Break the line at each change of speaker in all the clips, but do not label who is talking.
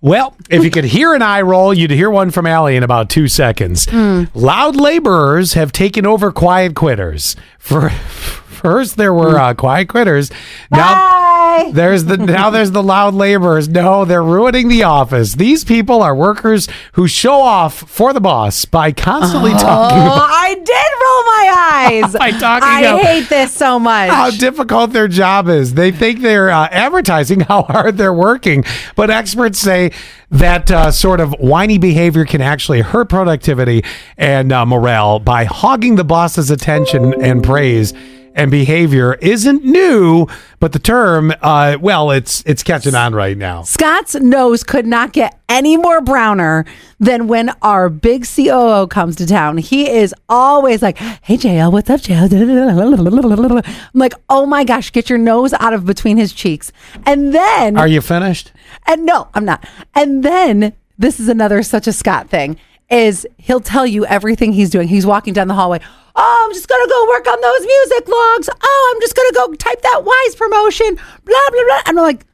Well, if you could hear an eye roll, you'd hear one from Allie in about two seconds. Loud laborers have taken over quiet quitters. For, first, there were uh, quiet quitters.
Ah!
Now there's the now there's the loud laborers. No, they're ruining the office. These people are workers who show off for the boss by constantly talking
Oh, I did roll my eyes.
By talking
I
about-
hate this so much.
how difficult their job is. They think they're uh, advertising how hard they're working, but experts say that uh, sort of whiny behavior can actually hurt productivity and uh, morale by hogging the boss's attention and praise. And behavior isn't new, but the term, uh, well, it's it's catching on right now.
Scott's nose could not get any more browner than when our big COO comes to town. He is always like, "Hey JL, what's up, JL?" I'm like, "Oh my gosh, get your nose out of between his cheeks." And then
Are you finished?
And no, I'm not. And then this is another such a Scott thing is he'll tell you everything he's doing. He's walking down the hallway. Oh, I'm just gonna go work on those music logs. Oh, I'm just gonna go type that wise promotion. Blah blah blah. And I'm like,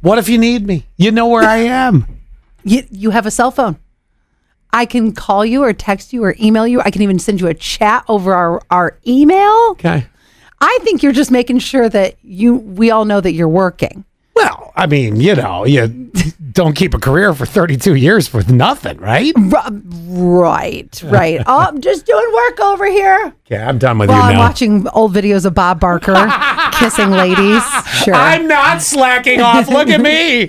What if you need me? You know where I am.
you, you have a cell phone. I can call you or text you or email you. I can even send you a chat over our, our email.
Okay.
I think you're just making sure that you we all know that you're working.
Well, I mean, you know, you don't keep a career for 32 years for nothing, right?
Ru- Right, right. oh, I'm just doing work over here.
Okay, I'm done with
Well,
you
I'm
now.
watching old videos of Bob Barker kissing ladies. Sure.
I'm not slacking off. Look at me.